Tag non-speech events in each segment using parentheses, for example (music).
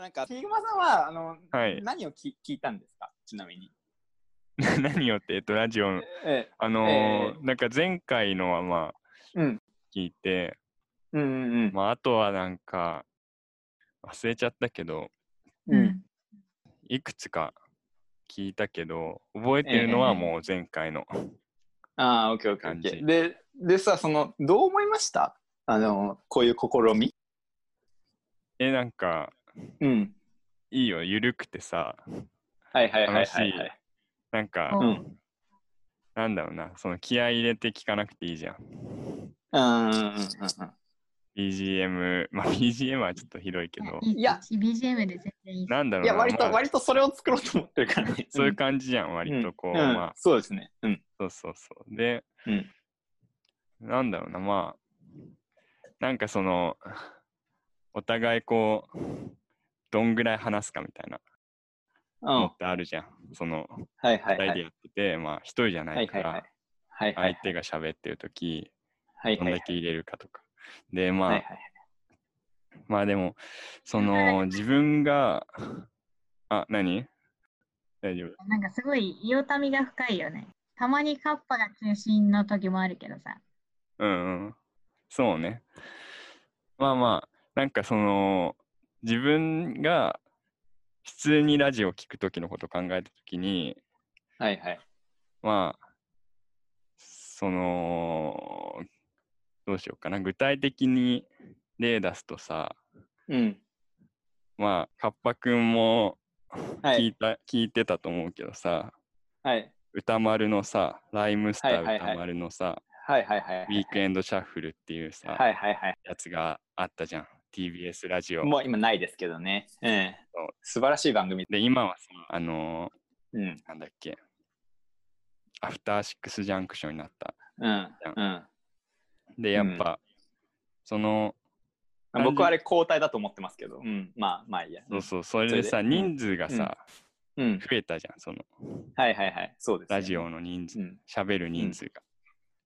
なんか、手駒さんは、あの、はい。何をき聞いたんですかちなみに。 (laughs) 何よって、えっと、ラジオの、えあのーえなんか前回のはまあ、えうん。聞いて、うんうんうん。まあ、あとはなんか、忘れちゃったけど、うん。いくつか聞いたけど、覚えてるのはもう前回の。ああ、オッケーオッケーオッケ感ー。じで、でさ、その、どう思いましたあの、こういう試み。え、なんか、うん。いいよ、ゆるくてさ、はいはいはいは楽しい、いはい。なんか、う。うんなんだろうな、その気合い入れて聞かなくていいじゃん。うんうんうんうん。 BGM、まあ BGM はちょっとひどいけど、いいや BGM で全然いいです。なんだろいうな、や、割まと、あ割とそれを作ろうと思ってるからね。そういう感じじゃん、割とこう、んんまあ、そうですね。うん。そうそうそう。で、うんなんだろうな、まあ、なんかその、お互いこう、どんぐらい話すかみたいなうのんっ。てあるじゃん。その、はいは二いは人でい。やってて、まあ、一人じゃなはいいはかいはいら、。はいはい相手が喋ってるとき、はいどはんいだけ入れるかとか。で、はいはまあい、まあでも、その、自分が、あ、何大丈夫。なんかすごい、いおたみが深いよね。たまにカッパが中心の時もあるけどさ。うんうん。そうね。まあまあ、なんかその、自分が普通にラジオ聞くときのことを考えたときに、はいはい。まあ、その、どうしようかな。具体的に例出すとさ、うん。まあ、カッパくんもは聞いいた、聞いてたと思うけどさ、はい歌丸のさ、ライムスタはーいはいはい歌丸のさ、はいはいはい。ウィークエンドシャッフルっていうさ、はいはいはい。やつがあったじゃん。TBS ラジオ。もう今ないですけどね。うんそう。素晴らしい番組。で、今はさ、あのうん。ーなんだっけ、アフターシックスジャンクションになった。うん。うん。で、やっぱ、その、まあ僕はあれ交代だと思ってますけど。うん。まあまあいいや。そうそう、それでさ、それで人数がさ、うん。増えたじゃん、その、はいはいはい。そうですね。ラジオの人数う、ん。喋、る人数が。うん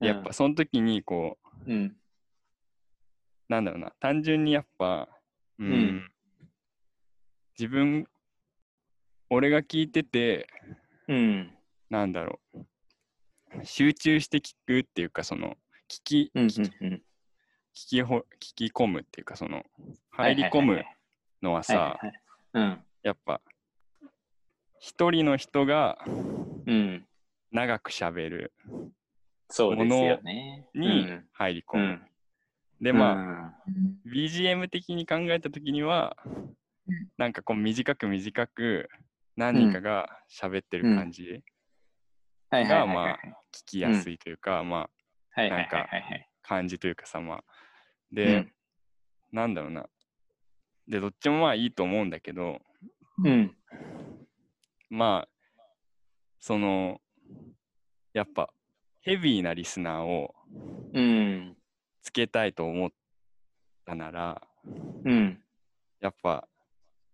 でやっぱ、その時に、こう、うん。なんだろうな、単純にやっぱ、うん、うん自分、俺が聞いてて、うん。なんだろう、集中して聞くっていうか、その、聞き、うん。聞きうん。聞きほ聞き込むっていうかそのは入いりはいはいはい込むのはいははさいはい。うん。やっぱ一人の人がうん。長く喋るそうですよね。に入り込うむ、ん。ででまあ、あ、うん、 BGM 的に考えた時にはうんなんかこう短く短く何人かが喋ってる感じはいはいはがいはいまあ聞きやすいというか、まあはいはいはいなんかはい感じというかさまあはい。で、なんだろうなでどっちもまあいいと思うんだけど、うん。うん。まあそのやっぱヘビーなリスナーをうん。つけたいと思ったならうん。やっぱ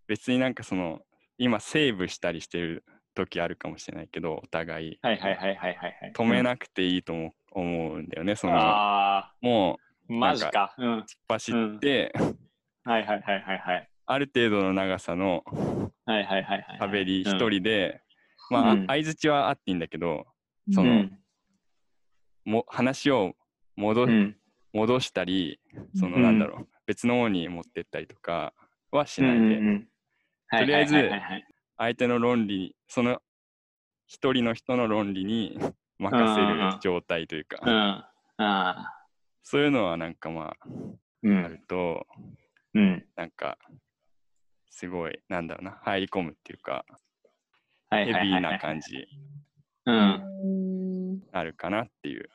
別になんかその今セーブしたりしてる時あるかもしれないけどお互いはいはいはいはいはいはい。止めなくていいと思う思うんだよねそのああ、もマジか。うん。う走って、はいはいはいはいはい。ある程度の長さのはいはいはいはい。喋り一うん。人で、まあうん相づちはあっていいんだけどそうんの、も話を戻,、うん。戻したりそのうんなんだろう、別の方に持ってったりとかはしうんなういで、んうんとりあえずはいはいはいはい相手の論理その一人の人の論理に任せうんうんうるん状態というか、うん。ああ。そういうのはなんかまうああん。るとうん。なんかすごいなんだろうな入り込むっていうかはいヘビはいはいはいーな感じうん。あるかなっていう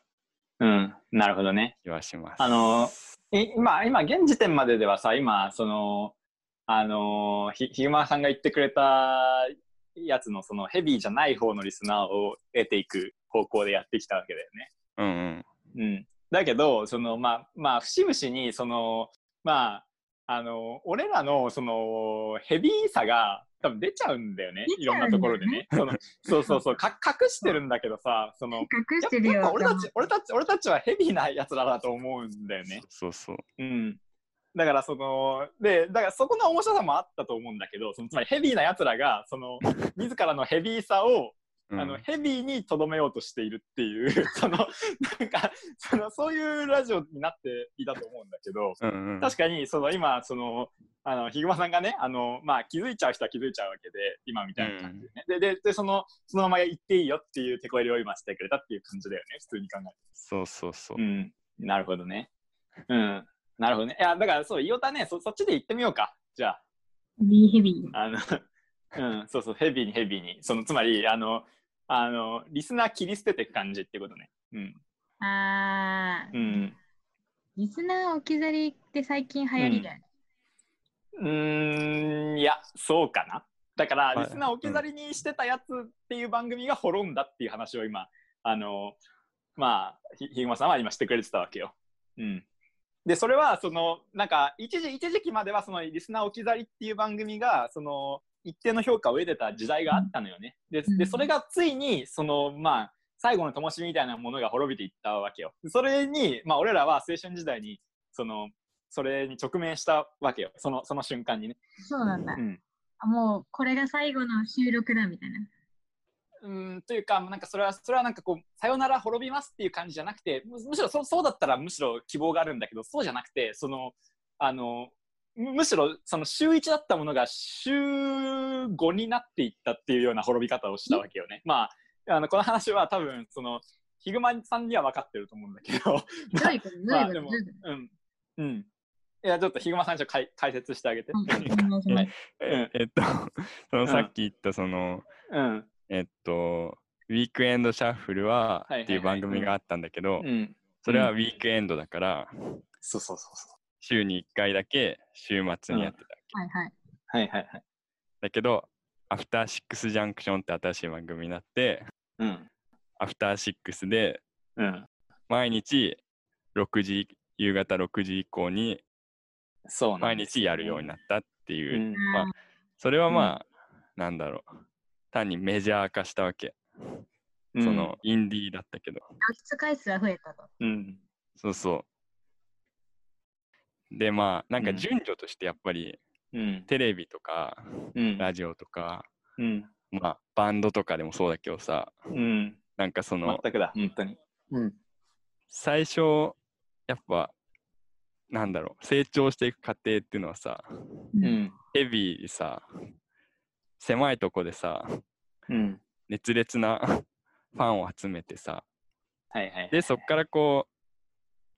うん。なるほどね。気はします。あのい今、今、現時点までではさ、今、その、あのー、ひ、ひぐまさんが言ってくれたやつの、そのヘビーじゃない方のリスナーを得ていく方向でやってきたわけだよね。うんうんうん、だけどそのまあまあ節々にそのまああの俺らのそのヘビーさが多分出ちゃうんだよねい出ちゃろうんなんだよねところでねそ (laughs) のそうそうそうか隠してるんだけどさその隠やっしぱてるやっぱよ。俺たち俺たち俺たちはヘビーなやつらだと思うんだよね。そうそううん、だからその、で、だからそこの面白さもあったと思うんだけど、そのつまりヘビーな奴らが、そ (laughs) の、自らのヘビーさを、うんあの、ヘビーにとどめようとしているっていう、 (laughs) その、なんか、その、そういうラジオになっていたと思うんだけど、うんうん、確かに、その、今、その、あの、ヒグマさんがね、あの、まあ、気づいちゃう人は気づいちゃうわけで、今みたいな感じでね。で、で、で、その、そのまま言っていいよっていう手こ入れを今してくれたっていう感じだよね、普通に考えて。そうそうそう。うん。なるほどね。うん。なるほどね。いや、だからそう、イオタね、そそっちで行ってみようか。じゃあ、ビーヘビー。あの、うん、そうそう、ヘビーにヘビーに。その、つまり、あの、あの、リスナー切り捨てていく感じってことね。うん。あー、うん。リスナー置き去りって最近流行りだよね。うーん、いや、そうかな。だから、はいリスナー置き去りにしてたやつっていう番組が滅んだっていう話を今、あの、まあ、ひひぐまさんは今してくれてたわけよ。うん。で、それは、その、なんか、一時、一時期までは、その、リスナー置き去りっていう番組が、その、一定の評価を得てた時代があったのよね。で、うんでそれがついに、その、まあ、最後の灯火みたいなものが滅びていったわけよ。それに、まあ、俺らは青春時代に、その、それに直面したわけよ。その、その瞬間にね。そうなんだう。ん。あもう、これが最後の収録だみたいな。うん、というか、なんかそれは、それはなんかこう、さよなら滅びますっていう感じじゃなくて、むむしろそそうだったらむしろ希望があるんだけど、そうじゃなくて、その、あの、むむしろその週1だったものが週5になっていったっていうような滅び方をしたわけよね。まあ、あの、この話は多分、その、ヒグマさんには分かってると思うんだけど、(laughs) どういうことどうまあいうことどういうこうん。うん。いや、ちょっとヒグマさんちょっと解解説してあげて。とはいお願いしますええっと、 (laughs) そのさっき言ったその、うん。えっと、ウィークエンドシャッフルははいはいはいっていう番組があったんだけど、うん。それはウィークエンドだから、そうそうそうそう。週に1回だけ週末にやってた。はいはい。はいはいはい。だけど、アフターシックスジャンクションって新しい番組になって、うん。アフターシックスでうん。毎日6時、夕方6時以降にそうなん毎です日やるようになったっていう、うんまああーそれはまあ、なんだろう、単にメジャー化したわけ。うんその、インディーだったけど。露出回数は増えたと。うん。そうそう。でまあなんかうん順序としてやっぱりうん。テレビとかうん。ラジオとか、うん。まあバンドとかでもそうだけどさうん。なんかその全くだ、本当に。うん。最初やっぱなんだろう成長していく過程っていうのはさううんん。ヘビーでさ狭いとこでさうん。熱烈な (laughs) ファンを集めてさはいはいはい。でそっからこう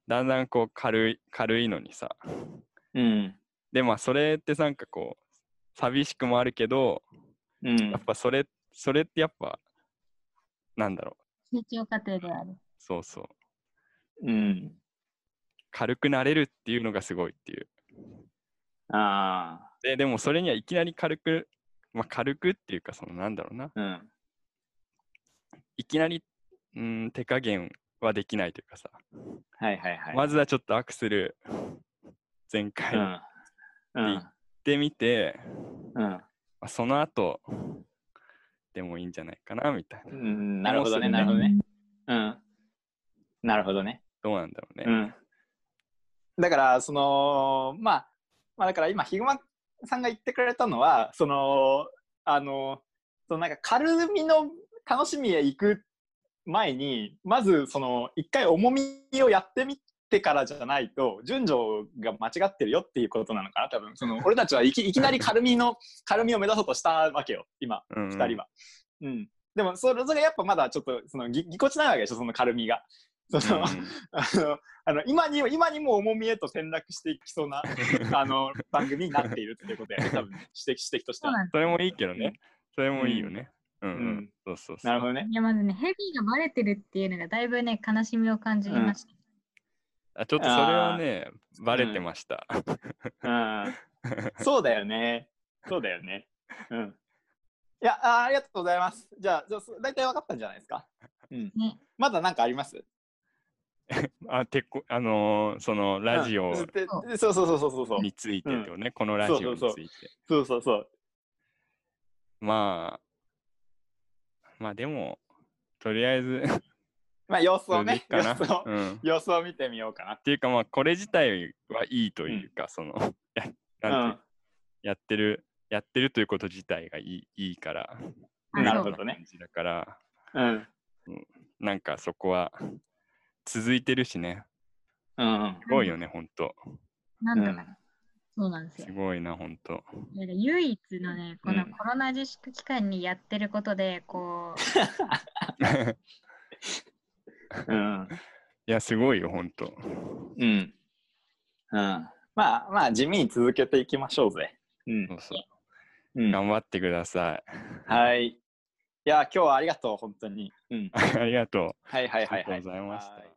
だんだんこう軽い軽いのにさうん。でまあそれってなんかこう寂しくもあるけどうんやっ。ぱそれ、それってやっぱ、なんだろう、成長過程である。そうそうう、ん。軽くなれるっていうのがすごいっていう。あで、でもそれにはいきなり軽く、まあ軽くっていうか、そのなんだろうな、あ。うん。いきなり、うん、手加減はできないというかさ、はいはいはい。まずはちょっとアクセル、全開行っうん。うん。てみて、うんまあその後、でもいいんじゃないかな、みたいな。うん。なるほどね、なるほどね。うん。なるほどね。どうなんだろうね。うん、だからそのまあまあだから今ヒグマさんが言ってくれたのはそのあのそのなんか軽みの楽しみへ行く前にまずその一回重みをやってみてからじゃないと順序が間違ってるよっていうことなのかな多分その俺たちはいきいきなり軽みの (laughs) 軽みを目指そうとしたわけよ今うん2人は。うん、でもそれぞれやっぱまだちょっとそのぎぎこちないわけでしょその軽みが。その、あのあの今に今にも重みへと転落していきそう (laughs) なあの番組になっているっていうことやね多分指摘指摘としてそうは。なんだ。それもいい (laughs) けどね。それもいいよね。うん、うんうんそうそうそう。なるほどね。いやまずね、ヘビーがバレてるっていうのがだいぶね、悲しみを感じました。あちょっとそれはね、バレてました。 (laughs) うん、そうだよね。そうだよね。うん。いやあー、ありがとうございます。じゃあ、じゃあそ大体分かったんじゃないですか。うん。ねまだ何かありますあ、てこ、あのーそのラジうオんででそうそうそうそうそうそう。についてってことね、このラジオについて。そうそうそうそうそう。まあ、まあでも、とりあえず、 (laughs) まあ、様子そをれでいいね、か様な。子を、うん、っ様子を見てみようかなっていうかまあこれ自体はいいというか、その (laughs) やて。なんていうやってるやってるということ自体がいいいいから。うんなるほあどね。感じだからうん。なんかそこは続いてるしね。うんうん。すごいよね、ほんと。そうなんとか、そうなんですよす。ごいな、ほんと。なんか唯一のね、このうんコロナ自粛期間にやってることで、こう、うん。いや、すごいよ、ほんと。うん。うん。まあまあ地味に続けていきましょうぜ。うんそうそう。うん、頑張ってください。 (laughs) はい。いや今日はありがとう本当に。うん。ありがとう。はいはいはいはい。ありがとうございましたは